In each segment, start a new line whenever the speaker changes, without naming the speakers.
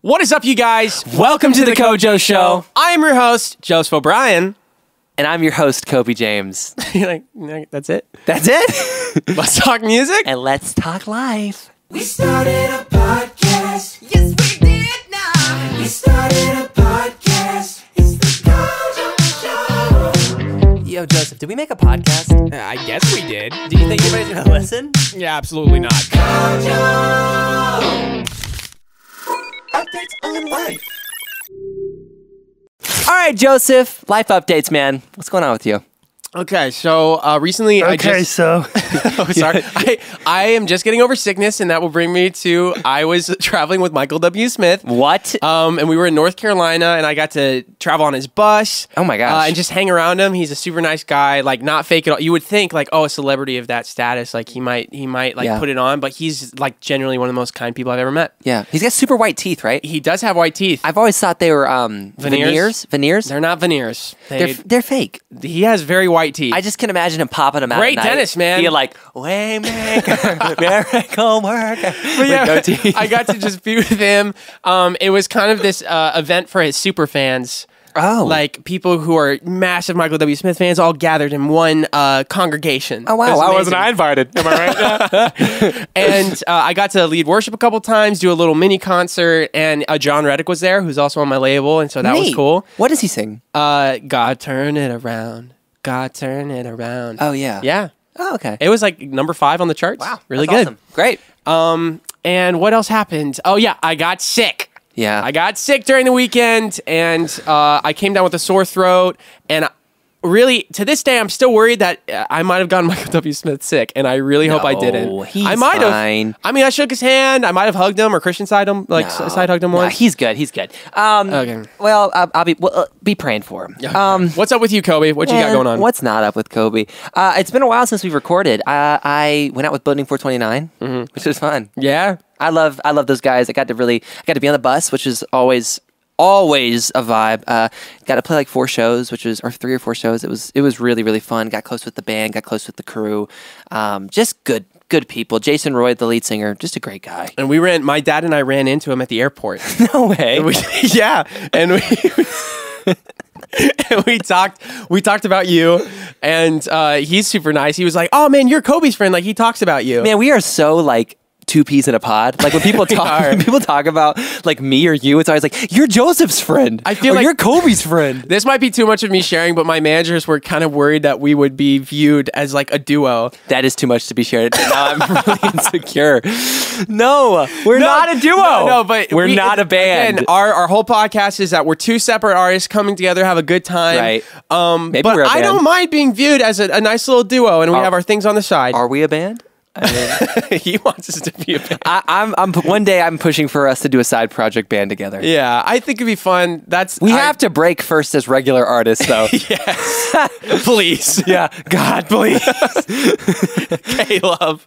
What is up, you guys?
Welcome to the Kojo Show.
I am your host, Joseph O'Brien.
And I'm your host, Kobe James.
You're like, "No, that's it.
That's it.
Let's talk music.
and let's talk life.
We started a podcast. Yes, we did now. We started a podcast. It's the Gojo Show.
Yo, Joseph, did we make a podcast?
I guess we did.
Do you think anybody's gonna listen?
Yeah, absolutely not.
Gojo. Updates on life.
All right, Joseph, life updates, man. What's going on with you?
Okay, so uh, recently I
Okay,
just
so
oh, sorry I, I am just getting over sickness, and that will bring me to I was traveling with Michael W. Smith.
What?
Um, and we were in North Carolina, and I got to travel on his bus.
Oh my gosh.
Uh, and just hang around him. He's a super nice guy, like not fake at all. You would think like, oh, a celebrity of that status, like he might he might like
Yeah.
put it on, but he's like generally one of the most kind people I've ever met.
yeah, he's got super white teeth, right?
He does have white teeth.
I've always thought they were um,
Veneers?
veneers. Veneers.
They're not veneers.
They're,
They,
f- they're fake.
he has very white teeth.
I just can imagine him popping them out.
Great
at night,
dentist, man.
Being like, waymaker, miracle worker. But
yeah, I got to just be with him. Um, it was kind of this uh, event for his super fans.
Oh.
Like people who are massive Michael W. Smith fans all gathered in one uh, congregation.
Oh, wow.
It was
Why
amazing.
wasn't I
invited. Am I right?
And uh, I got to lead worship a couple times, do a little mini concert, and uh, John Reddick was there, who's also on my label, and so that was
Neat.
cool.
What does he sing?
Uh, God turn it around, God turn it around.
Oh, yeah.
yeah.
Oh, okay.
It was like number five on the charts. really
That's
good.
awesome. Great.
And what else happened? Oh yeah, I got sick.
Yeah.
I got sick during the weekend, and uh, I came down with a sore throat, and. I- Really, to this day, I'm still worried that uh, I might have gotten Michael W. Smith sick, and I really hope I
No,
didn't.
he's
I might
fine.
have. I mean, I shook his hand. I might have hugged him or Christian side him, like
No.
s side hugged him
No,
once.
he's good. He's good. Um,
Okay.
Well, I'll, I'll be well, uh, be praying for him. Um,
What's up with you, Kobe? What you got
and
going on?
What's not up with Kobe? Uh, it's been a while since we've recorded. Uh, I went out with Building 429,
Mm-hmm.
which was fun.
Yeah.
I love I love those guys. I got to really I got to be on the bus, which is always always a vibe. Uh, got to play like four shows, which was or three or four shows. It was it was really really fun. Got close with the band, got close with the crew. Um, just good good people. Jason Roy, the lead singer, just a great guy.
And we ran. My dad and I ran into him at the airport.
No way.
We- yeah, and we and we talked we talked about you, and uh, he's super nice. He was like, "Oh man, you're Kobe's friend. Like he talks about you."
Man, we are so like two peas in a pod. Like when people talk,
are.
when people talk about like me or you, it's always like you're Joseph's friend.
I feel
or
like-
you're Kobe's friend.
This might be too much of me sharing, but my managers were kind of worried that we would be viewed as like a duo.
That is too much to be shared. Now I'm really insecure. No, we're not a duo.
No, no, but
we're
we-
not a band.
Again, our our whole podcast is that we're two separate artists coming together, have a good time.
Right.
Um,
Maybe
but
we're a
I
band.
don't mind being viewed as a, a nice little duo, and we
Are-
have our things on the side.
are we a band?
he wants us to be a band.
I, I'm, I'm. One day, I'm pushing for us to do a side project band together.
Yeah, I think it'd be fun. That's
We
I-
have to break first as regular artists, though.
please.
yeah, God, please.
Hey, love.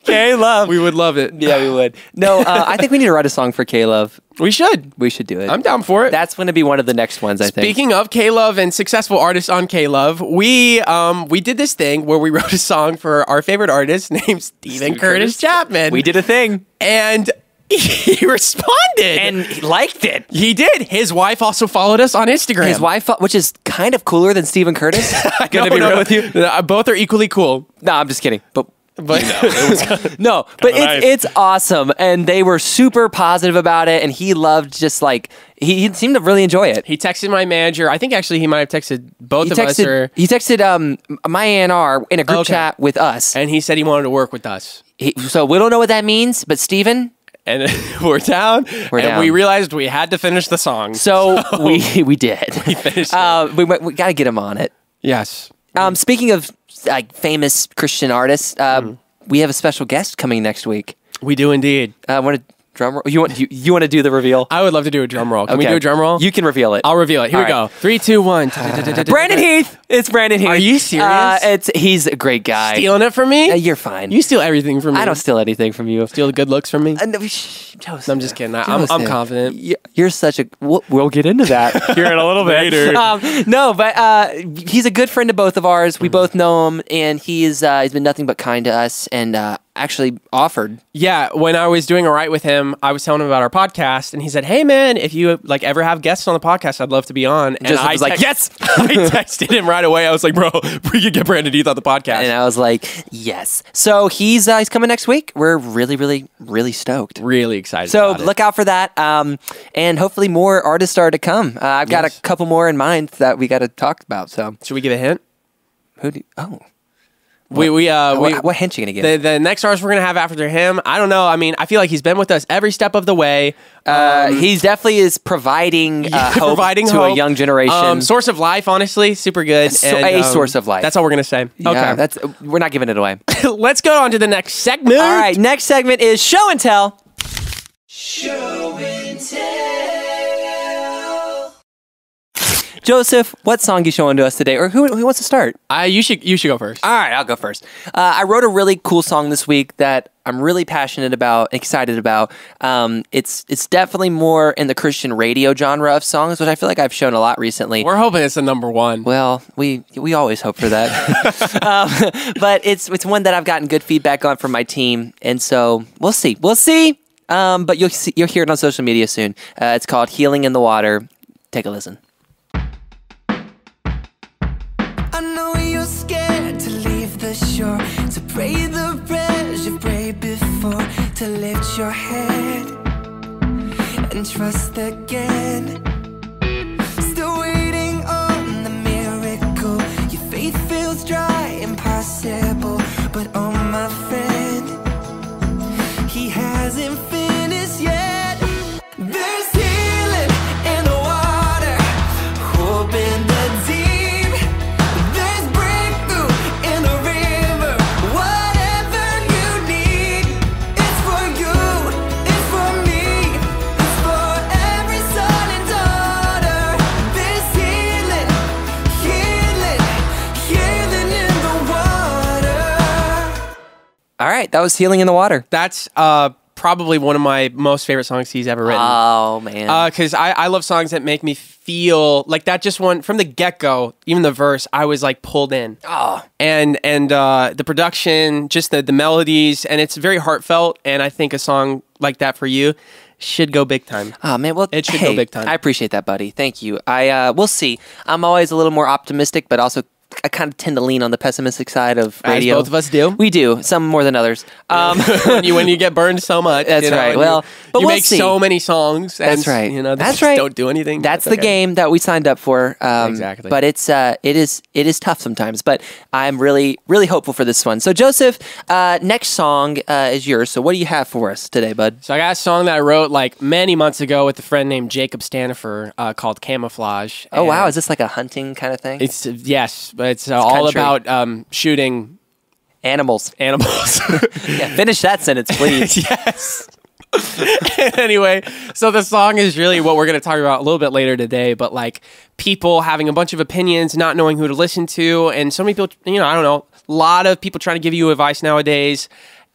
Caleb.
We would love it.
yeah, we would. No, uh, I think we need to write a song for Caleb.
We should.
We should do it.
I'm down for it.
That's going to be one of the next ones, I think.
Speaking of K Love and successful artists on K Love, we um we did this thing where we wrote a song for our favorite artist named Stephen Curtis
Curtis
Chapman.
we did a thing
and he responded.
and he liked it.
he did. His wife also followed us on Instagram.
His wife, uh, which is kind of cooler than Stephen Curtis.
No,
Gonna be
no,
real with you.
no, Uh, Both are equally cool.
No, I'm just kidding. But
But
no, but
nice.
it's, it's awesome, and they were super positive about it, and he loved just like he, he seemed to really enjoy it.
he texted my manager. I think actually he might have texted both
He
of us
texted,
or
he texted um my ANR in a group
Okay.
chat with us.
and he said he wanted to work with us.
He, so we don't know what that means, but Stephen,
and we're down.
We're
and
down.
we realized we had to finish the song.
so we we did. We
finished it. Mm-hmm.
uh, we went- we got to get him on it.
yes.
Um, speaking of like famous Christian artists,
Mm-hmm.
um, we have a special guest coming next week.
We do indeed.
I want to drum roll. You want you, you want to do the reveal?
I would love to do a drum roll. Uh, Can we
Okay.
do a drum roll?
You can reveal it.
I'll reveal it. Here
All
we go.
right.
Three, two, one.
Brandon Heath. It's Brandon Heath.
Are you serious?
Uh, it's he's a great guy.
Stealing it from me?
Uh, you're fine.
You steal everything from me.
I don't steal anything from you.
steal the good looks from me.
Uh, no, shh, Joseph.
I'm just kidding. I, I'm, I'm
Joseph.
confident.
Y- You're such a. We'll, we'll get into that.
Here in a little bit.
um, no, but uh, he's a good friend of both of ours. We both know him, and he's uh, he's been nothing but kind to us. And uh, actually offered.
Yeah, when I was doing all right with him, I was telling him about our podcast, and he said, "Hey, man, if you like ever have guests on the podcast, I'd love to be on." And
Joseph
I
was like, "Yes!"
I texted him right away. I was like, "Bro, we could get Brandon Heath on the podcast."
And I was like, yes. So he's uh, he's coming next week. We're really, really, really stoked.
really excited.
So
about it.
look out for that, um, and hopefully more artists are to come. Uh, I've got
Yes.
a couple more in mind that we got to talk about. So
should we give a hint?
who do? Oh,
We we uh we,
what, what hint you gonna give?
the the next artist we're gonna have after him. I don't know. I mean, I feel like he's been with us every step of the way. Um,
uh, he's definitely is providing uh, hope
providing
to a
hope.
young generation.
Um, source of life, honestly, super good. um,
so- a source of life.
That's all we're gonna say.
Yeah,
okay,
that's we're not giving it away.
let's go on to the next segment.
All right, next segment is show and tell. Joseph, what song you showing to us today, or who, who wants to start?
I, you should you should go first.
All right, I'll go first. Uh, I wrote a really cool song this week that I'm really passionate about, excited about. Um, it's it's definitely more in the Christian radio genre of songs, which I feel like I've shown a lot recently.
We're hoping it's the number one.
Well, we we always hope for that, um, but it's it's one that I've gotten good feedback on from my team, and so we'll see, we'll see. Um, but you'll see, you'll hear it on social media soon. Uh, it's called "Healing in the Water." Take a listen.
I know you're scared to leave the shore, to pray the prayers you prayed before, to lift your head and trust again. Still waiting on the miracle. Your faith feels dry, impossible, but oh my friend, he hasn't finished yet. There's healing in the water, hope in the deep. There's breakthrough in the river. Whatever you need, it's for you, it's for me, it's for every son and daughter. There's healing, healing, healing in the water.
All right, that was "Healing in the Water."
That's uh, probably one of my most favorite songs he's ever written.
Oh man,
because Uh, I, I love songs that make me feel like that just one from the get-go even the verse i was like pulled in
Oh.
and and uh, the production just the, the melodies and it's very heartfelt and i think a song like that for you should go big time
Oh man, well,
It should go
hey,
big time.
I appreciate that, buddy. Thank you. I uh, we'll see. I'm always a little more optimistic, but also I kind of tend to lean on the pessimistic side of
As
radio.
both of us do.
We do some more than others. Um,
when, you, when you get burned so much
That's
you know,
right.
and
Well,
you,
but
you
we'll
make
see.
so many songs and
That's right.
you know they
That's
just
right.
don't do anything
That's the
okay.
game that we signed up for. Um,
Exactly.
But it's uh, it is it is tough sometimes. But I'm really really hopeful for this one. So Joseph, uh, next song uh, is yours. So what do you have for us today, bud?
So I got a song that I wrote like many months ago with a friend named Jacob Stanifer uh, called Camouflage.
Oh wow,
And
is this like a hunting kind of thing?
It's yes, but it's, uh, all
country.
about um, shooting
Animals.
animals.
Yeah, finish that sentence, please.
yes. anyway, so the song is really what we're going to talk about a little bit later today, but like people having a bunch of opinions, not knowing who to listen to, and so many people, you know, I don't know, a lot of people trying to give you advice nowadays,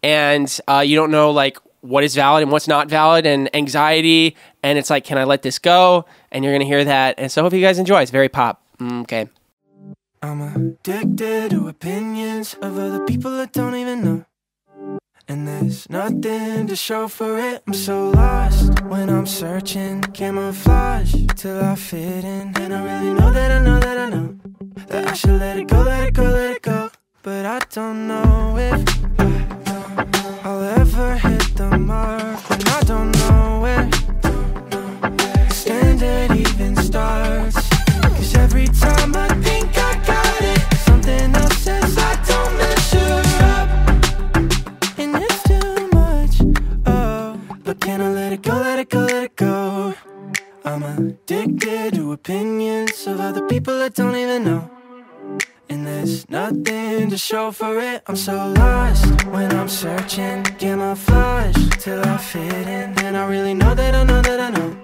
and uh, you don't know like what is valid and what's not valid, and anxiety, and it's like, can I let this go? And you're going to hear that, and so I hope you guys enjoy. It's very pop. Mm, okay.
I'm addicted to opinions of other people that don't even know. And there's nothing to show for it. I'm so lost when I'm searching. Camouflage till I fit in. And I really know that I know that I know that I should let it go, let it go, let it go. But I don't know if I'll ever hit the mark. And I don't know where standard even starts. Cause every time I think I got it, something else says I don't measure up. And it's too much. Oh, but can I let it go, let it go, let it go? I'm addicted to opinions of other people that don't even know. And there's nothing to show for it. I'm so lost when I'm searching. Camouflage till I fit in. And I really know that I know that I know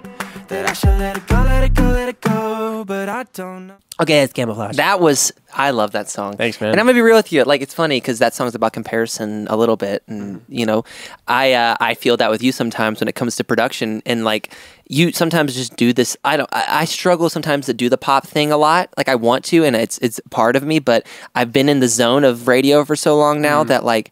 that I should let it go, let it go, let it go. But I don't know.
Okay, it's camouflage.
That was I love that song.
Thanks, man.
And I'm gonna be real with you. Like it's funny because that song's about comparison a little bit, and
Mm-hmm.
you know, I uh, I feel that with you sometimes when it comes to production, and like you sometimes just do this. I don't. I, I struggle sometimes to do the pop thing a lot. Like I want to, and
Mm-hmm.
it's it's part of me, but I've been in the zone of radio for so long now that like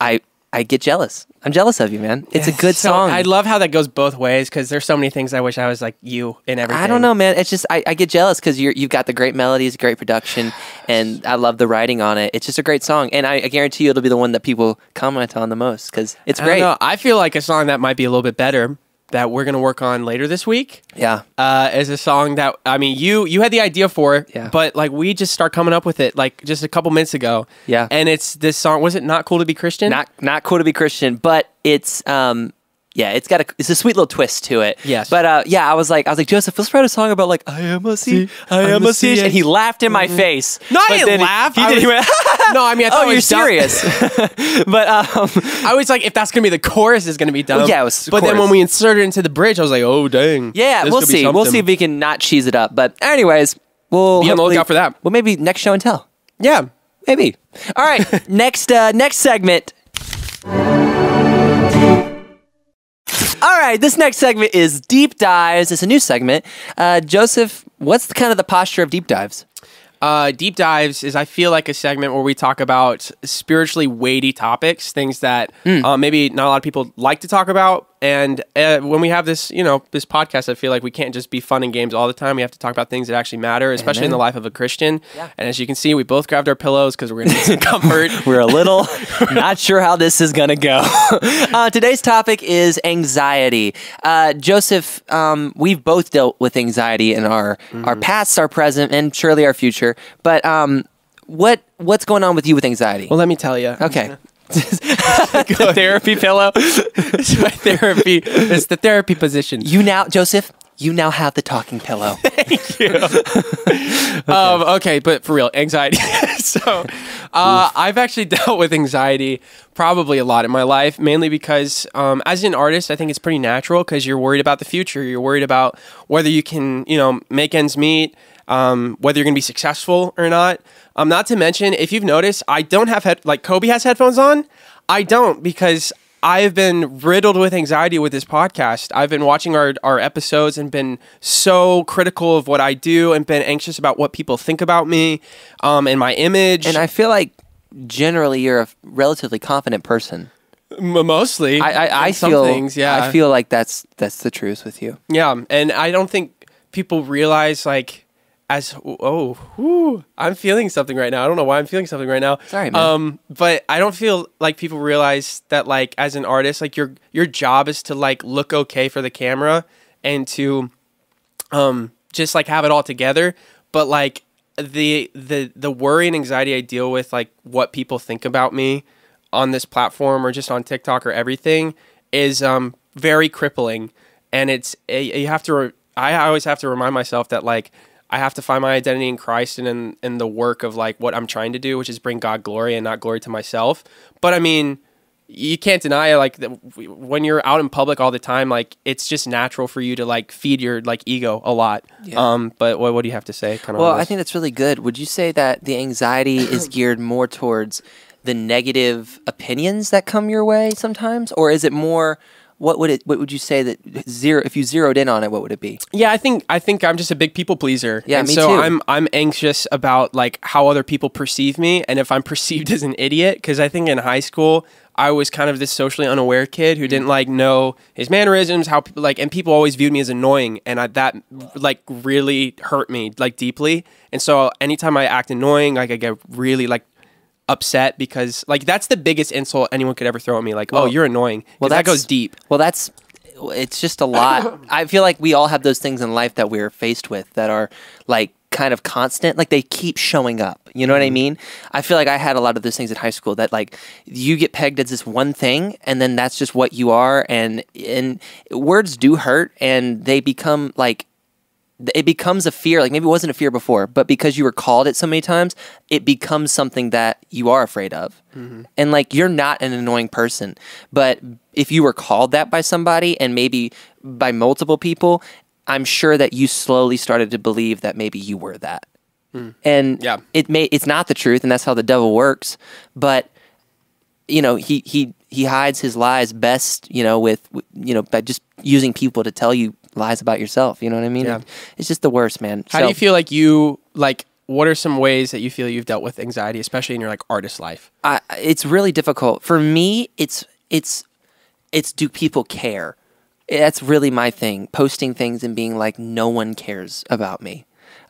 I I get jealous. I'm jealous of you, man. It's a good
So
song.
I love how that goes both ways because there's so many things I wish I was like you in everything.
I don't know, man. It's just I, I get jealous because you you've got the great melodies, great production, and I love the writing on it. It's just a great song, and I, I guarantee you it'll be the one that people comment on the most because it's
I don't
great.
know. I feel like a song that might be a little bit better that we're gonna work on later this week.
Yeah,
uh, is a song that I mean you you had the idea for it,
Yeah.
but like we just start coming up with it like just a couple minutes ago.
Yeah.
and it's this song. Was it not cool to be Christian?
not not cool to be Christian, but it's um yeah, it's got a it's a sweet little twist to it.
Yes.
But uh yeah, I was like I was like Joseph, let's write a song about like I am a sea, I am a sea, and he laughed in my face.
Mm-hmm. No, I
But
didn't
then he-
laugh.
He
I
did. he
was-
went.
no, I mean I thought
Oh,
it
you're
was dumb.
serious. but um,
I was like, if that's gonna be the chorus, is gonna be dumb.
Well, yeah, it was
But then
chorus.
when we inserted it into the bridge, I was like, oh dang.
yeah,
this
we'll
could be
see. We'll
something.
see if we can not cheese it up. But anyways, we'll
Be on the
hopefully-
lookout for that.
Well, maybe next show and tell.
Yeah.
Maybe. All right. next uh, next segment. All right, this next segment is deep dives. It's a new segment. Uh, Joseph, what's the, kind of the posture of deep dives?
Uh, deep dives is I feel like a segment where we talk about spiritually weighty topics, things that uh, maybe not a lot of people like to talk about. And uh, when we have this, you know, this podcast, I feel like we can't just be fun and games all the time. We have to talk about things that actually matter, especially in the life of a Christian. And as you can see, we both grabbed our pillows because we're gonna need some comfort.
We're a little not sure how this is gonna go. uh, today's topic is anxiety. Uh, Joseph, um, we've both dealt with anxiety in our
Mm-hmm.
our past, our present, and surely our future. But um, what what's going on with you with anxiety?
Well, let me tell you.
okay.
the therapy pillow. it's my therapy. It's the therapy position.
You now, Joseph, you now have the talking pillow.
Um, okay, but for real, anxiety. so, uh, I've actually dealt with anxiety probably a lot in my life, mainly because um, as an artist, I think it's pretty natural because you're worried about the future. You're worried about whether you can, you know, make ends meet, um, whether you're going to be successful or not. Um, not to mention, if you've noticed, I don't have head like Kobe has headphones on. I don't because I've been riddled with anxiety with this podcast. I've been watching our, our episodes and been so critical of what I do and been anxious about what people think about me um, and my image.
and I feel like generally you're a relatively confident person.
M- mostly,
I, I, I
in some
feel
things, yeah,
I feel like that's that's the truth with you.
yeah, and I don't think people realize like as oh, whew, I'm feeling something right now. I don't know why I'm feeling something right now.
all right, man.
Um, but I don't feel like people realize that like as an artist, like your your job is to like look okay for the camera and to um just like have it all together but like the the the worry and anxiety i deal with like what people think about me on this platform or just on tiktok or everything is um very crippling and it's eh, you have to re- i always have to remind myself that like i have to find my identity in christ and in, in the work of like what i'm trying to do which is bring god glory and not glory to myself but i mean you can't deny like that w- when you're out in public all the time like it's just natural for you to like feed your like ego a lot um but what, what do you have to say kind of
Well, I think that's really good. Would you say that the anxiety is geared more towards the negative opinions that come your way sometimes, or is it more? What would it? What would you say that zero? If you zeroed in on it, what would it be?
yeah i think i think i'm just a big people pleaser
Yeah,
and
me
so
too.
i'm i'm anxious about like how other people perceive me and if i'm perceived as an idiot because i think in high school i was kind of this socially unaware kid
Mm.
who didn't like know his mannerisms how people like and people always viewed me as annoying and I, that like really hurt me like deeply and so anytime i act annoying like i get really like upset because like that's the biggest insult anyone could ever throw at me like oh you're annoying well that
that's-
goes deep
Well, that's it's just a lot. I feel like we all have those things in life that we're faced with that are like kind of constant, like they keep showing up. You know what I mean? I feel like I had a lot of those things in high school that like you get pegged as this one thing and then that's just what you are and and words do hurt and they become like it becomes a fear like maybe it wasn't a fear before but because you were called it so many times it becomes something that you are afraid of and like you're not an annoying person but if you were called that by somebody and maybe by multiple people i'm sure that you slowly started to believe that maybe you were that and
Yeah.
it may it's not the truth and that's how the devil works but you know he he he hides his lies best you know with with- you know by just using people to tell you lies about yourself you know what i mean
Yeah.
it's just the worst man
How do you feel like you like what are some ways that you feel you've dealt with anxiety, especially in your like artist life?
I, it's really difficult for me. It's it's it's do people care? That's really my thing. Posting things and being like, no one cares about me.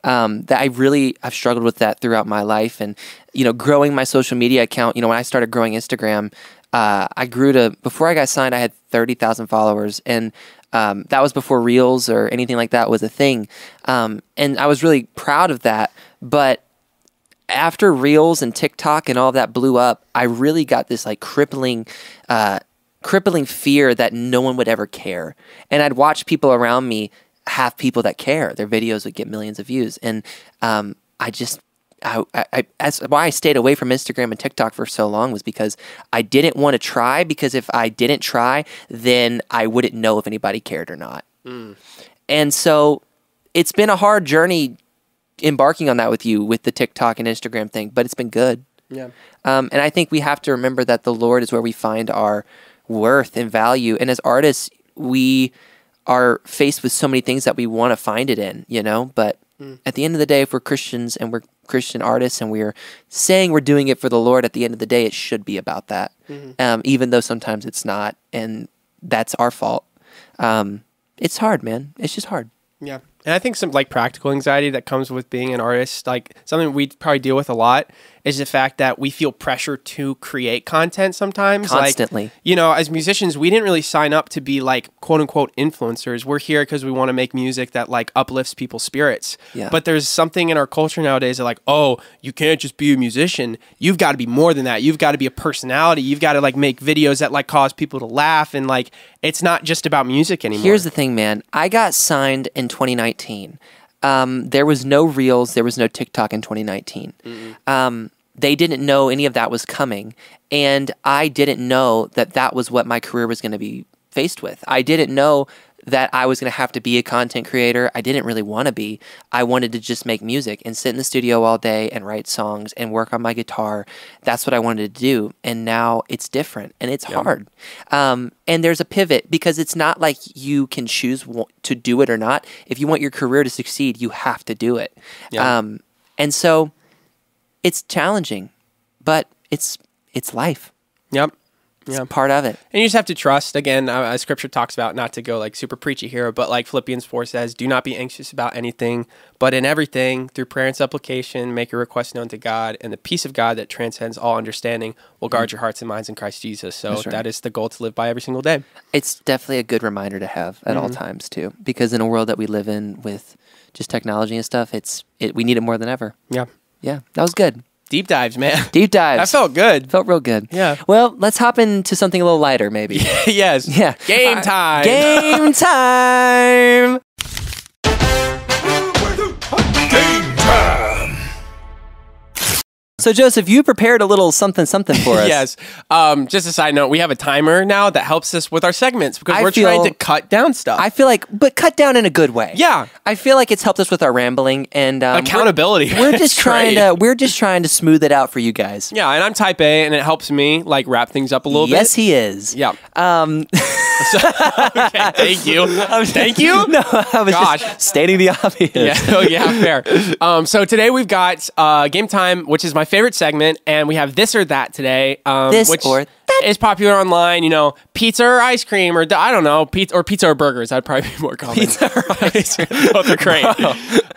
Um, that I really I've struggled with that throughout my life, and you know, growing my social media account. You know, when I started growing Instagram, uh, I grew to before I got signed, I had thirty thousand followers, and um, that was before Reels or anything like that was a thing. Um, and I was really proud of that, but after Reels and TikTok and all that blew up, I really got this like crippling, uh, crippling fear that no one would ever care. And I'd watch people around me have people that care. Their videos would get millions of views, and um, I just. I, I, I- that's why I stayed away from Instagram and TikTok for so long was because I didn't want to try because if I didn't try, then I wouldn't know if anybody cared or not. And so it's been a hard journey embarking on that with you with the TikTok and Instagram thing, but it's been good.
Yeah.
Um, and I think we have to remember that the Lord is where we find our worth and value. And as artists, we are faced with so many things that we want to find it in, you know? But at the end of the day, if we're Christians and we're Christian artists and we're saying we're doing it for the Lord, at the end of the day, it should be about that, um, even though sometimes it's not. And that's our fault. Um, it's hard, man. It's just hard.
Yeah. And I think some like practical anxiety that comes with being an artist, like something we probably deal with a lot is the fact that we feel pressure to create content sometimes.
Constantly.
Like, you know, as musicians, we didn't really sign up to be like quote unquote influencers. We're here because we want to make music that like uplifts people's spirits.
Yeah.
But there's something in our culture nowadays that like, oh, you can't just be a musician. You've got to be more than that. You've got to be a personality. You've got to like make videos that like cause people to laugh and like it's not just about music anymore.
Here's the thing, man. I got signed in 2019. Um, there was no Reels, there was no TikTok in 2019. Um, they didn't know any of that was coming, and I didn't know that that was what my career was going to be faced with. I didn't know that I was going to have to be a content creator. I didn't really want to be. I wanted to just make music and sit in the studio all day and write songs and work on my guitar. That's what I wanted to do. And now it's different and it's hard. Um, and there's a pivot because it's not like you can choose wa- to do it or not. If you want your career to succeed, you have to do it.
Yeah.
Um, and so it's challenging, but it's it's life.
Yep.
It's
Yeah.
part of it.
And you just have to trust. Again, uh, uh, scripture talks about not to go like super preachy here, but like Philippians 4 says, do not be anxious about anything, but in everything, through prayer and supplication, make your request known to God, and the peace of God that transcends all understanding will guard your hearts and minds in Christ Jesus. So
That's right.
that is the goal to live by every single day.
It's definitely a good reminder to have at all
Mm-hmm.
times too, because in a world that we live in with just technology and stuff, it's it, we need it more than ever.
Yeah.
Yeah, that was good.
Deep dives, man.
Deep dives.
That felt good.
felt real good.
Yeah.
Well, let's hop into something a little lighter, maybe.
yes.
Yeah.
Game
Uh,
time.
Game time. So Joseph, you prepared a little something something for us.
Yes. Um, just a side note, we have a timer now that helps us with our segments because
I
we're trying
feel-
to cut down stuff.
I feel like, but cut down in a good way.
Yeah.
I feel like it's helped us with our rambling and um,
Accountability.
We're, we're just
It's great.
trying to we're just trying to smooth it out for you guys.
Yeah, and I'm type A, and it helps me like wrap things up a little
Yes,
bit.
he is.
Yeah.
Um,
Okay, thank you. Oh, thank you.
no, I was
Gosh.
just stating the obvious.
Yeah, oh, yeah, fair. Um, so today we've got uh, game time, which is my favorite segment, and we have this or that today, um,
This
which
or that.
is popular online. You know, pizza or ice cream, or I don't know, pizza or pizza or burgers. That'd probably be more common. Pizza or ice cream, both are great.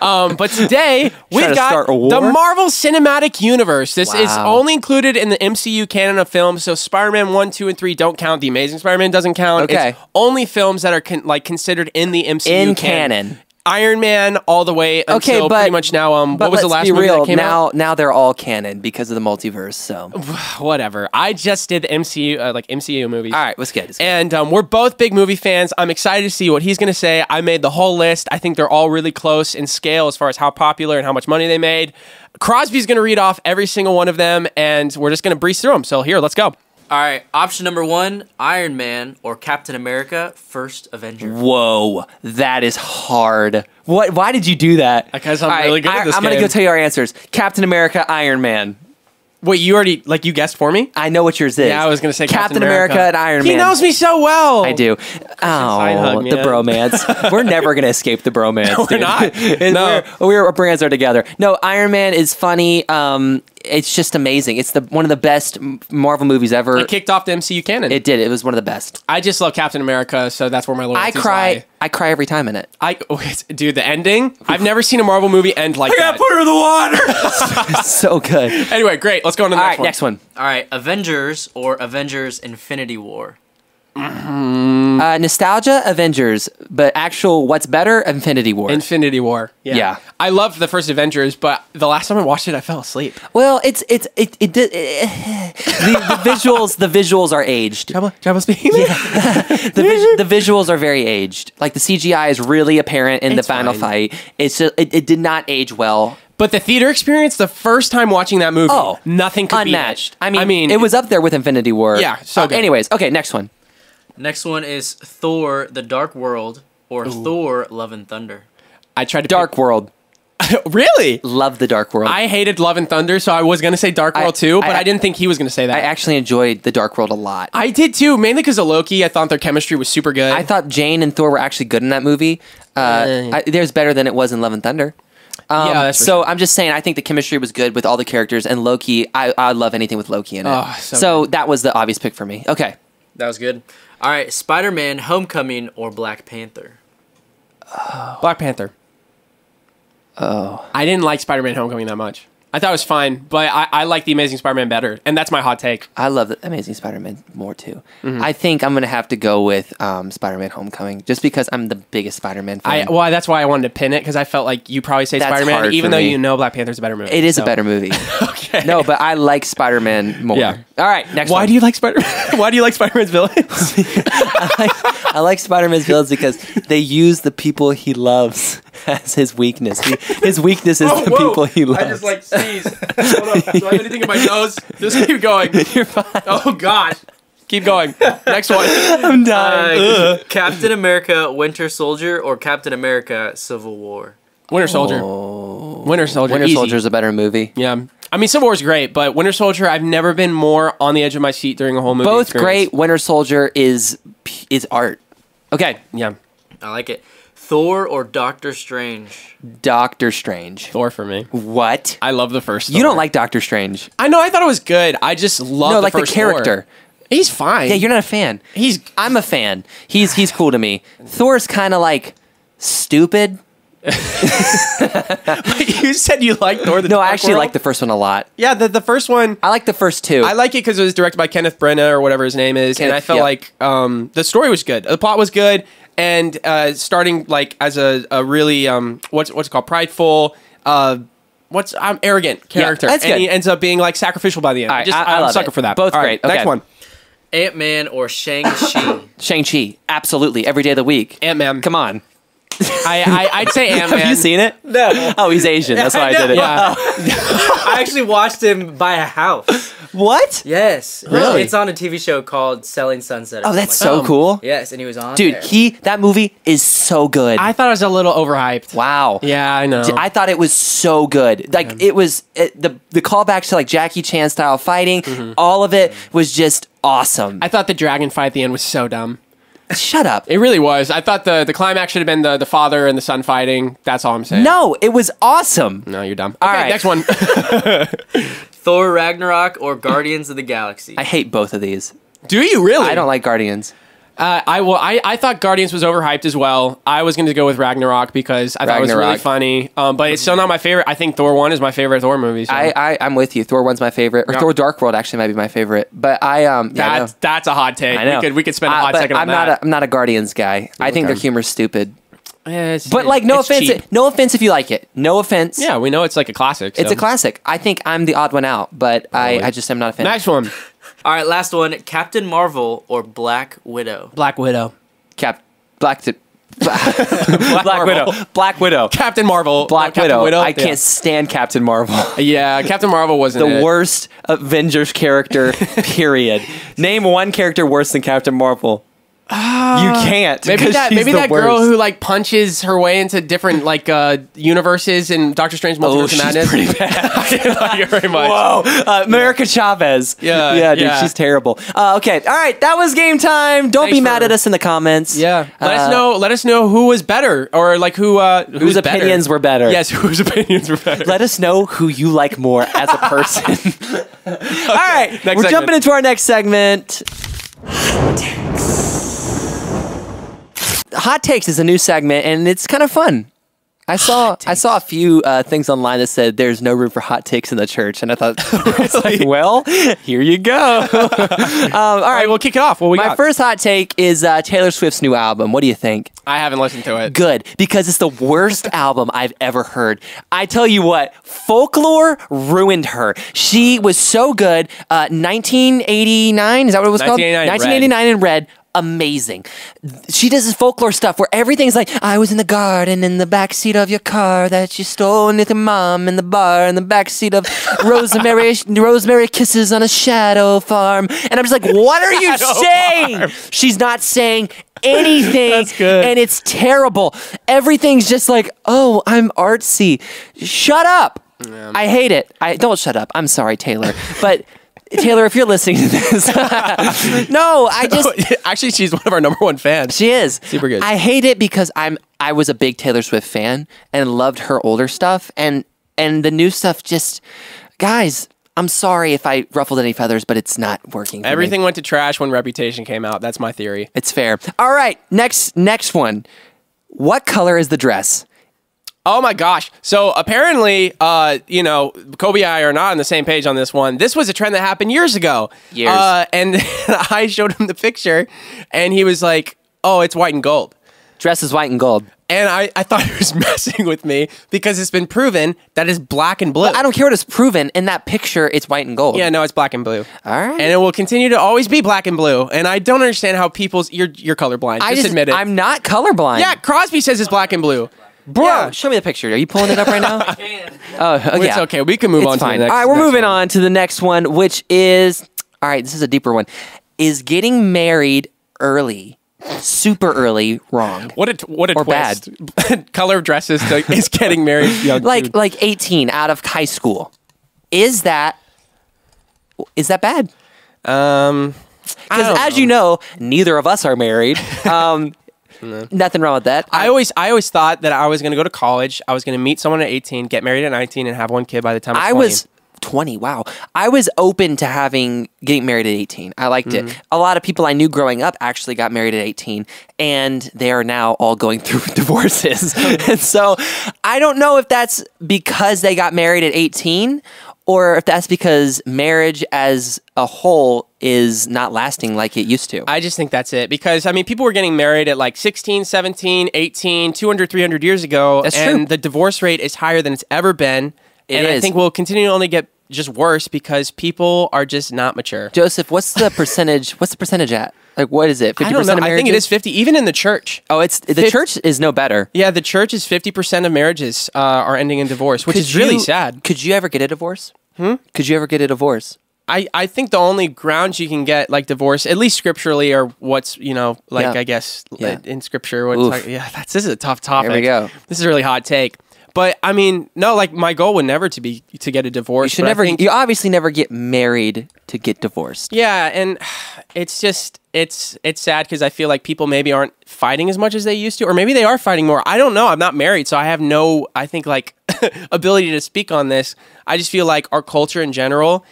Um, but today we've
to
got
start a war?
the Marvel Cinematic Universe. This is
Wow.
only included in the MCU canon of films, so Spider-Man one, two, and three don't count. The Amazing Spider-Man doesn't count.
Okay.
It's only films that are con- like considered in the MCU
In
canon.
canon.
Iron Man all the way until
Okay, but
pretty much now. Um,
But
what was the
let's
last
be
movie
real.
that came
now, now they're all canon because of the multiverse. So, all
out? Whatever. I just did the MCU uh, like MCU movies.
right, what's good? What's good.
And um, we're both big movie fans. I'm excited to see what he's going to say. I made the whole list. I think they're all really close in scale as far as how popular and how much money they made. Crosby's going to read off every single one of them, and we're just going to breeze through them. So here, let's go.
All right, option number one: Iron Man or Captain America, First Avenger.
Whoa, that is hard. What? Why did you do that?
Because I'm
All
really good at this
I, am gonna
game.
go tell you our answers. Captain America, Iron Man.
Wait, you already like you guessed for me?
I know what yours is.
Yeah, I was gonna say
Captain, America. and Iron
he
Man.
knows me so well.
I do. Oh,
Seinfeld,
the
man.
bromance. we're never gonna escape the bromance.
we're
dude.
not.
It-
No.
we're, we're- our brands are together. No, Iron Man is funny. Um, it's just amazing. It's the one of the best M- Marvel movies ever.
It kicked off the MCU canon.
It did. It was one of the best.
I just love Captain America, so that's where my
I
loyalties
cry.
lie.
I cry every time in it.
I oh, it's- dude, the ending. I've never seen a Marvel movie end like that.
her in the water. so good.
Anyway, great. Let's go on to the
All
next
right,
one.
next one.
All right, Avengers or Avengers Infinity War.
Uh, nostalgia, Avengers, but actual what's better, Infinity War.
Infinity War.
Yeah.
I loved the first Avengers, but the last time I watched it, I fell asleep.
well, it's it's it it, did eh, the, the visuals the visuals are aged.
Trouble, trouble speaking. Yeah.
the, vis- the visuals are very aged. Like the CGI is really apparent in
It's
the final
fine.
fight. It's just, it, it did not age well.
But the theater experience, the first time watching that movie,
Oh,
nothing could beat it.
unmatched. I mean,
I mean,
it was up there with Infinity War.
Yeah, so
Uh,
good.
anyways, okay, next one.
Next one is Thor: The Dark World or Thor: Love and Thunder.
I tried to
Dark World.
pick- really.
Love the Dark World. I,
I hated Love and Thunder, so I was gonna say Dark
I-
World too, but
I-
I, didn't think he was gonna say that. I,
actually enjoyed the Dark World a lot. I,
did too, mainly because of Loki. I thought their chemistry was super good.
thought Jane and Thor were actually good in that movie. Uh, I, there's better than it was in Love and Thunder. Um,
Yeah, that's for
so I'm just saying, I think the chemistry was good with all the characters and Loki. I, I love anything with Loki in it.
Oh, so
that was the obvious pick for me. Okay.
That was good. All right, Spider-Man: Homecoming or Black Panther.
Black Panther. Oh. I didn't like Spider Man Homecoming that much. I thought it was fine, but I, I like The Amazing Spider Man better. And that's my hot take.
I love the Amazing Spider-Man more too.
Mm-hmm.
I think I'm gonna have to go with um, Spider-Man: Homecoming just because I'm the biggest Spider-Man
I
fan.
Well, that's why I wanted to pin it because I felt like you probably say
That's
Spider Man,
hard
even
for
though
me.
you know Black Panther's a better movie.
it is
so.
a better movie.
Okay.
No, but I like Spider-Man more.
Yeah.
All right. Next.
Why
one.
do you like Spider Man? Why do you like Spider Man's villains?
I like Spider-Man's villains because they use the people he loves as his weakness. He, his weakness is the people he loves.
I just like sneeze. Hold on. Do I have anything in my nose? Just keep going.
You're fine.
Oh, God. Keep going. Next one.
I'm dying.
Uh, Captain America: Winter Soldier or Captain America: Civil War.
Winter Soldier.
Oh.
Winter Soldier.
Winter
easy.
Soldier's a better movie.
Yeah. I mean, Civil War is great, but Winter Soldier, I've never been more on the edge of my seat during a whole movie.
Both
experience.
great. Winter Soldier is p- is art. Okay.
Yeah.
I like it. Thor or Doctor Strange.
Doctor Strange.
Thor for me.
What?
I love the first.
You don't
Thor.
like Doctor Strange?
I know. I thought it was good. I just love.
no, like the
first Thor.
character.
He's fine.
Yeah, you're not a fan.
He's.
I'm a fan. He's he's cool to me. Thor's kind of like stupid.
you said you liked Thor. The
No, I
Dark
actually
World?
like the first one a lot.
Yeah, the, the first one.
I like the first two.
I like it because it was directed by Kenneth Branagh or whatever his name is, and
Kenneth,
I felt
yeah.
like um, the story was good, the plot was good, and uh, starting like as a, a really um, what's what's it called prideful. Uh, What's I'm arrogant character,
that's
and he
good.
ends up being like sacrificial by the end.
All
I
right,
just
I- I
am
love
a sucker
it.
for that.
Both
All
great.
right,
Okay.
Next one,
Ant Man or Shang Chi.
Shang Chi. Absolutely, every day of the week.
Ant Man.
Come on.
I, I I'd say Ant Man.
Have you seen it?
no,
Oh, he's Asian. That's why I did it.
Yeah.
I actually watched him buy a house.
What?
Yes,
Really?
It's on a TV show called Selling Sunset. or
Oh,
something
that's
like
so cool,
that. Yes, and he was on.
dude.
there.
He that movie is so good.
I thought it was a little overhyped.
wow.
Yeah, I know.
I thought it was so good. Like it was it, the the callbacks to like Jackie Chan style fighting. All of it was just awesome.
Mm-hmm. I thought the dragon fight at the end was so dumb.
Shut up.
It really was. I thought the, the climax should have been the, the father and the son fighting. That's all I'm saying.
No, it was awesome.
No, you're dumb.
All
okay,
right.
next one.
Thor Ragnarok or Guardians of the Galaxy.
I hate both of these.
Do you really?
I don't like Guardians.
Uh, I will. I, I thought Guardians was overhyped as well. I was going to go with Ragnarok because I thought it was really
Ragnarok.
funny. Um, but it's still not my favorite. I think Thor one is my favorite Thor movie. So.
I, I I'm with you. Thor one's my favorite, or
Yeah.
Thor Dark World actually might be my favorite. But I um yeah, I
that's
know.
that's a hot take.
I know.
We could we could spend a
Uh,
hot
but
second on
I'm
that.
not a, I'm not a Guardians guy. I think
Okay.
their humor's stupid.
Yeah, it's-
But like, no
it's
offense,
cheap.
no offense if you like it. No offense.
Yeah, we know it's like a classic.
It's
so.
a classic. I think I'm the odd one out, but I, I just am not a fan.
Next one,
All right, last one: Captain Marvel or Black Widow.
Black Widow,
Cap Black to,
Black,
Black Widow. Black Widow.
Captain Marvel,
Black
Captain
Widow. I
Yeah.
can't stand Captain Marvel.
Yeah, Captain Marvel wasn't
the
it.
worst Avengers character, period. Name one character worse than Captain Marvel.
you can't.
Ah, Maybe
'cause
that
she's
maybe
the
that girl
worst.
who like punches her way into different like uh universes in Doctor Strange Multiverse
Oh,
of
she's
Madness.
pretty
bad. very much.
Whoa, uh, America Chavez.
Yeah,
yeah, dude,
yeah.
she's terrible.
Terrible. Uh, okay, all right, that was game time. Don't
Thanks
be mad
for-
at us in the comments.
Yeah. Let
Uh,
us know let us know who was better or like who uh who's
whose opinions were better.
Yes, whose opinions were better.
Let us know who you like more as a person. All right, we're
segment.
jumping into our next segment. Hot takes is a new segment, and it's kind of fun. I saw I saw a few uh, things online that said there's no room for hot takes in the church, and I thought, I was like, well, here you go. um, all
All
right,
right, we'll kick it off. What we
my
got?
first hot take is uh, Taylor Swift's new album. What do you think?
I haven't listened to it.
good because it's the worst album I've ever heard. I tell you what, folklore ruined her. She was so good. Uh, 1989, is that what it was called?
1989,
1989 in red. Amazing. She does this folklore stuff where everything's like, I was in the garden in the backseat of your car that you stole with your mom in the bar in the backseat of rosemary rosemary kisses on a shadow farm. And I'm just like, what are you saying? She's not saying anything.
That's good.
And it's terrible. Everything's just like, oh, I'm artsy. Shut up. I hate it. I don't shut up. I'm sorry, Taylor. But Taylor, if you're listening to this, no, I just
Actually, she's one of our number one fans.
she is
Super good.
I hate it because I'm I was a big Taylor Swift fan and loved her older stuff and and the new stuff just guys. I'm sorry if I ruffled any feathers, but it's not working. for me.
Everything went to trash when Reputation came out. That's my theory.
It's fair. All right, next next one. What color is the dress?
Oh my gosh. So apparently, uh, you know, Kobe and I are not on the same page on this one. This was a trend that happened years ago.
Years.
Uh, and I showed him the picture and he was like, oh, it's white and gold.
Dress is white and gold.
And I, I thought he was messing with me because it's been proven that it's black and blue.
I don't care what it's proven. In that picture, it's white and gold.
yeah, no, it's black and blue.
All right.
And it will continue to always be black and blue. And I don't understand how people's you're you're colorblind.
I
just, admit it.
I'm not colorblind.
yeah, Crosby says it's black and blue.
bro.
yeah.
Show me the picture. Are you pulling it up right now? oh, oh,
It's
yeah.
okay. We can move
It's
on
fine.
to the next.
all right, we're
next
moving
one.
on to the next one, which is all right. This is a deeper one. Is getting married early, super early, wrong?
What a t- what a
Or
twist. Color dresses to, is getting married young.
Like
dude.
like 18 out of high school. Is that is that bad?
um, I
Because
don't
as you know, neither of us are married. Um, Nothing wrong with that.
I always I always thought that I was gonna go to college. I was gonna meet someone at eighteen, get married at nineteen, and have one kid by the time I
I was 20. Wow. I was open to having getting married at 18. I liked
Mm-hmm.
it. A lot of people I knew growing up actually got married at 18 and they are now all going through divorces. and so I don't know if that's because they got married at 18 or if that's because marriage as a whole is not lasting like it used to.
I just think that's it because I mean people were getting married at like 16, 17, 18, 200, 300 years ago
That's
and
true.
the divorce rate is higher than it's ever been.
It
and I
is.
think we'll continue to only get just worse because people are just not mature.
Joseph, what's the percentage? What's the percentage at? Like what is it? 50%
I don't know.
of marriages?
I think it is 50 even in the church.
Oh, it's the
fif-
church is no better.
Yeah, the church is 50% of marriages uh, are ending in divorce, which
Could
is really
you-
sad.
Could you ever get a divorce? Hmm? Could you ever get a divorce?
I, I think the only grounds you can get like divorce, at least scripturally, or what's you know like
Yeah.
I guess li-
Yeah.
in scripture. What
Oof.
it's like, yeah, that's this is a tough topic.
we go.
This is a really hot take, but I mean, no, like my goal would never to be to get a divorce.
You should
but I
never.
think-
you obviously never get married to get divorced.
yeah, and it's just it's it's sad because I feel like people maybe aren't fighting as much as they used to, or maybe they are fighting more. I don't know. I'm not married, so I have no. I think like ability to speak on this. I just feel like our culture in general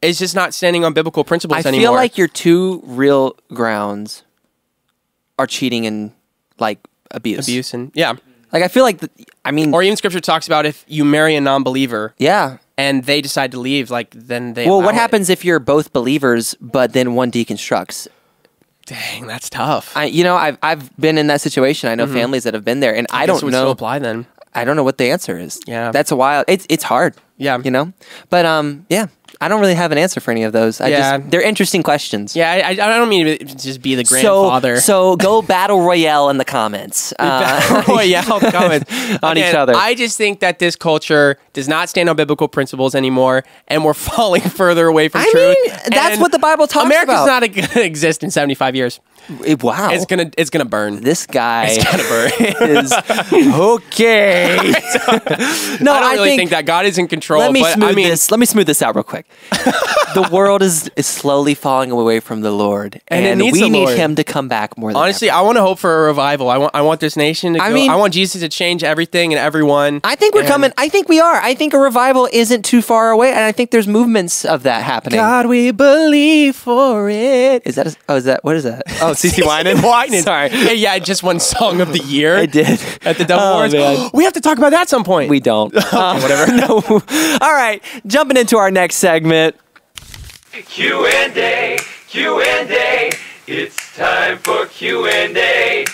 is just not standing on biblical principles
I
anymore.
feel like your two real grounds are cheating and like abuse.
abuse and yeah.
Like I feel like. The, I mean.
Or even scripture talks about if you marry a non-believer
yeah.
and they decide to leave, like then they.
Well,
allow
what
it.
happens if you're both believers, but then one deconstructs?
Dang, that's tough.
I, you know, I've I've been in that situation. I know families that have been there, and
Mm-hmm.
I,
guess it
don't
would
know.
Still apply then.
I don't know what the answer is.
Yeah.
that's a wild. It's it's hard.
Yeah.
you know, but um, yeah, I don't really have an answer for any of those. I
Yeah.
just they're interesting questions.
Yeah, I, I I don't mean to just be the
So
grandfather.
so go battle royale in the comments. Uh,
Battle Royale comments
on each
Again,
other.
I just think that this culture does not stand on biblical principles anymore, and we're falling further away from
I
truth.
mean, that's
And
what the Bible talks
America's
about. Oh.
not going to exist in 75 years.
It- wow.
It's gonna it's gonna burn.
this guy
gonna burn.
is okay. no,
I don't really think, that God is in control.
Let me
but
smooth
I mean,
this. Let me smooth this out real quick. the world is is slowly falling away from the Lord,
And it needs
we
a
need
Lord.
Him to come back more. Than
honestly,
ever.
I want to hope for a revival. I want I want this nation to
I
go-
mean-
I want Jesus to change everything and everyone.
I think we're
And-
coming. I think we are. I think a revival isn't too far away, and I think there's movements of that happening.
God, we believe for it.
Is that? A, oh, is that? What is that? Oh,
CC Winan.
Whining.
Sorry.
Hey, yeah, I just won Song of the Year.
I did.
At the Devil
Oh,
Awards.
man.
we have to talk about that at some point.
We don't. Uh,
whatever.
no. All right. Jumping into our next segment.
Q&A, Q&A. It's time for Q&A.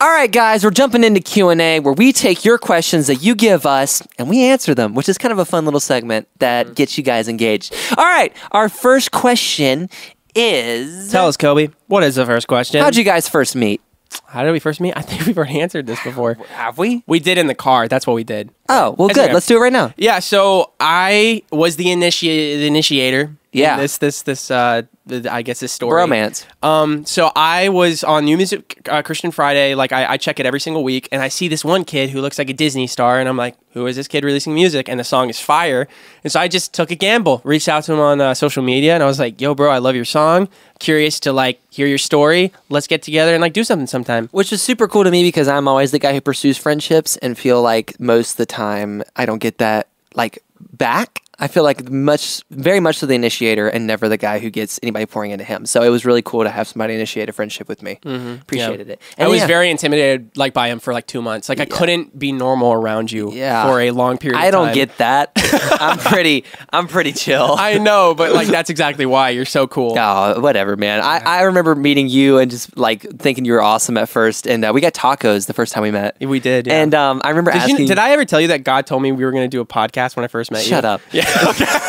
All right, guys, we're jumping into Q and A, where we take your questions that you give us and we answer them, which is kind of a fun little segment
Mm-hmm.
that gets you guys engaged. All right, our first question is:
Tell us, Kobe, what is the first question?
How'd you guys first meet?
How did we first meet? I think we've already answered this before.
Have we?
We did in the car. That's what we did.
Oh, well,
It's
good.
okay.
Let's do it right now.
Yeah, so I was the initiate the initiator. in
Yeah.
This this this uh th- I guess this story.
Bromance.
Um so I was on New Music uh, Christian Friday like I, I check it every single week and I see this one kid who looks like a Disney star and I'm like who is this kid releasing music and the song is fire and so I just took a gamble reached out to him on uh, social media and I was like yo bro I love your song curious to like hear your story let's get together and like do something sometime
Which is super cool to me because I'm always the guy who pursues friendships and feel like most of the time I don't get that like back. I feel like much, very much so the initiator and never the guy who gets anybody pouring into him. So it was really cool to have somebody initiate a friendship with me. Appreciated it.
Mm-hmm. I
And
was
yeah.
very intimidated like by him for like two months. Like I couldn't be normal around you
Yeah.
for a long period.
I
of
don't
time.
get that. I'm pretty. I'm pretty chill.
I know, but like that's exactly why you're so cool.
Oh, whatever, man. I, I remember meeting you and just like thinking you were awesome at first, and uh, we got tacos the first time we met.
We did, yeah.
and um, I remember
Did,
asking.
you, did I ever tell you that God told me we were going to do a podcast when I first met you?
Shut up.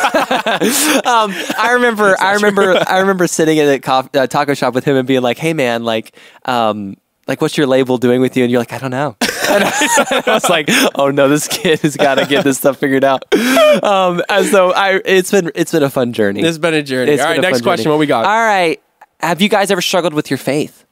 um, I remember. I remember. I remember sitting at a cof- uh, taco shop with him and being like, "Hey, man, like, um, like, what's your label doing with you?" And you're like, "I don't know." And I was like, "Oh no, this kid has got to get this stuff figured out." Um, and so I, it's been it's been a fun journey.
This has been a journey.
It's
All
been
right,
a
next
fun journey.
question. What we got?
All right. Have you guys ever struggled with your faith?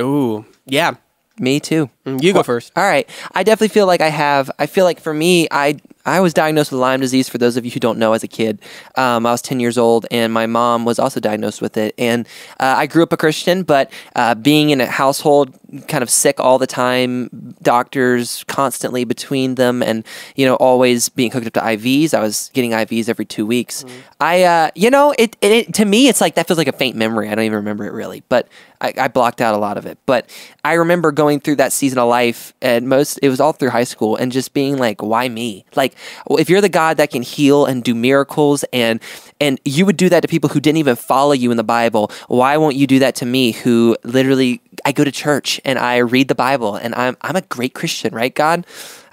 Ooh, yeah. Mm,
Me too.
You go first.
All right. I definitely feel like I have. I feel like for me, I I was diagnosed with Lyme disease. For those of you who don't know, as a kid, um, I was ten years old, and my mom was also diagnosed with it. And uh, I grew up a Christian, but uh, being in a household kind of sick all the time, doctors constantly between them, and you know always being hooked up to IVs. I was getting IVs every two weeks. I uh, you know it, it, it to me it's like that feels like a faint memory. I don't even remember it really, but I, I blocked out a lot of it. But I remember going through that season of life, and most it was all through high school, and just being like, "Why me?" Like, well, if you're the God that can heal and do miracles, and and you would do that to people who didn't even follow you in the Bible, why won't you do that to me, who literally I go to church and I read the Bible, and I'm I'm a great Christian, right, God?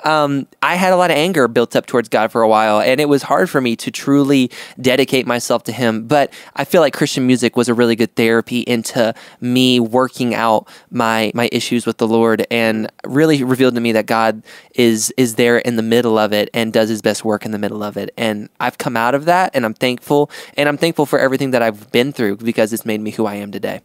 um, I had a lot of anger built up towards God for a while, and it was hard for me to truly dedicate myself to Him. But I feel like Christian music was a really good therapy into me working out my my issues with the Lord, and really revealed to me that God is is there in the middle of it and does His best work in the middle of it. And I've come out of that, and I'm thankful, and I'm thankful for everything that I've been through because it's made me who I am today.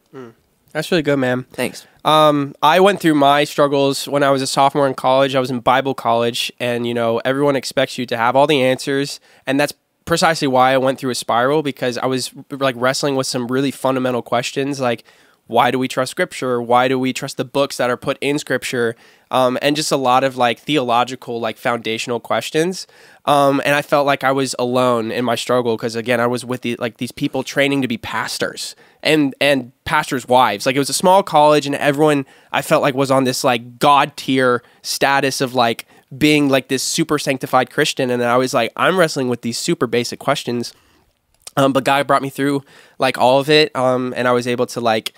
That's really good, man.
Thanks.
Um, I went through my struggles when I was a sophomore in college. I was in Bible college, and you know, everyone expects you to have all the answers, and that's precisely why I went through a spiral because I was like wrestling with some really fundamental questions, like why do we trust Scripture? Why do we trust the books that are put in Scripture? Um, and just a lot of like theological, like foundational questions. Um, and I felt like I was alone in my struggle because again, I was with the, like these people training to be pastors and and pastors' wives. Like it was a small college, and everyone I felt like was on this like god tier status of like being like this super sanctified Christian, and I was like, I'm wrestling with these super basic questions. Um, but God brought me through like all of it, um, and I was able to like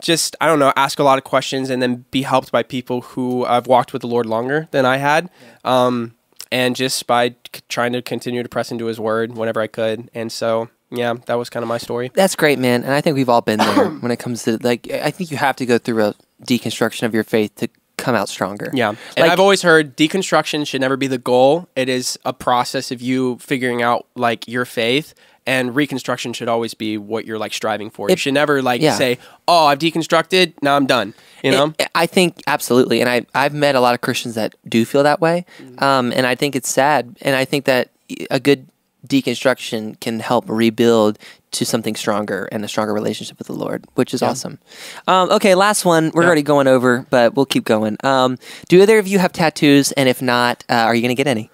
just I don't know ask a lot of questions and then be helped by people who I've walked with the Lord longer than I had. Um, and just by c- trying to continue to press into His Word whenever I could, and so yeah, that was kind of my story.
That's great, man. And I think we've all been there when it comes to like. I think you have to go through a deconstruction of your faith to come out stronger.
Yeah. and
Like-
I've always heard deconstruction should never be the goal. It is a process of you figuring out like your faith And reconstruction should always be what you're like striving for. you should never like
yeah.
say, "Oh, I've deconstructed. Now I'm done." You know.
It- I think absolutely, and I I've met a lot of Christians that do feel that way, um, and I think it's sad, and I think that a good deconstruction can help rebuild to something stronger and a stronger relationship with the Lord, which is awesome. Um, okay, last one. We're already going over, but we'll keep going. Um, do either of you have tattoos? And if not, uh, are you going to get any?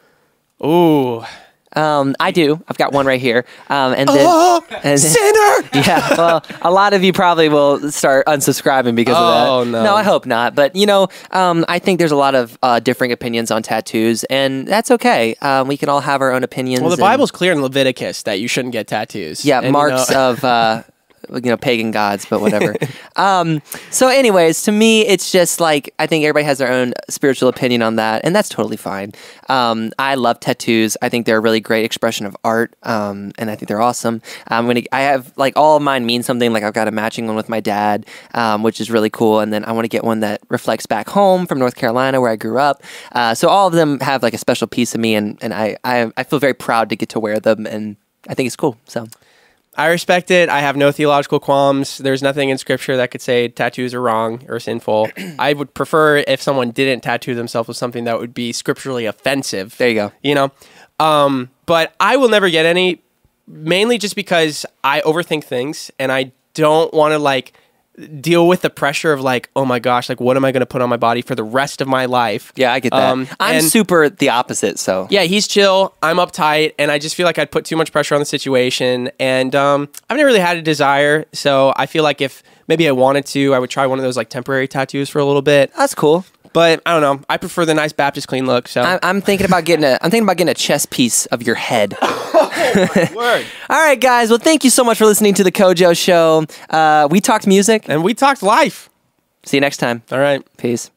Ooh.
Um, I do. I've got one right here. Um, and then, and then-
Sinner.
yeah, well, a lot of you probably will start unsubscribing because
Oh,
of that.
no.
no, I hope not. But you know, um, I think there's a lot of uh, differing opinions on tattoos, and that's okay. Um, we can all have our own opinions.
Well, the
and-
Bible's clear in Leviticus that you shouldn't get tattoos.
yeah,
And, you
marks
know-
of uh, you know pagan gods, but whatever. um, so, anyways, to me, it's just like I think everybody has their own spiritual opinion on that, and that's totally fine. Um, I love tattoos. I think they're a really great expression of art, um, and I think they're awesome. I'm gonna. I have like all of mine mean something. Like I've got a matching one with my dad, um, which is really cool, and then I want to get one that reflects back home from North Carolina where I grew up. Uh, so all of them have like a special piece of me, and and I I, I feel very proud to get to wear them and. I think it's cool. So
I respect it. I have no theological qualms. There's nothing in scripture that could say tattoos are wrong or sinful. I would prefer if someone didn't tattoo themselves with something that would be scripturally offensive.
There you go.
You know? Um, but I will never get any, mainly just because I overthink things and I don't want to like deal with the pressure of like, oh my gosh, like what am I going to put on my body for the rest of my life?
Yeah, I get that.
Um,
I'm
and-
super the opposite. So
Yeah, he's chill. I'm uptight, and I just feel like I'd put too much pressure on the situation. And um, I've never really had a desire, so I feel like if maybe I wanted to, I would try one of those like temporary tattoos for a little bit.
that's cool.
But I don't know. I prefer the nice Baptist clean look. So
I, I'm thinking about getting a. I'm thinking about getting a chest piece of your head. All right, guys. Well, thank you so much for listening to the Kojo Show. Uh, we talked music.
and we talked life.
See you next time.
All right.
Peace.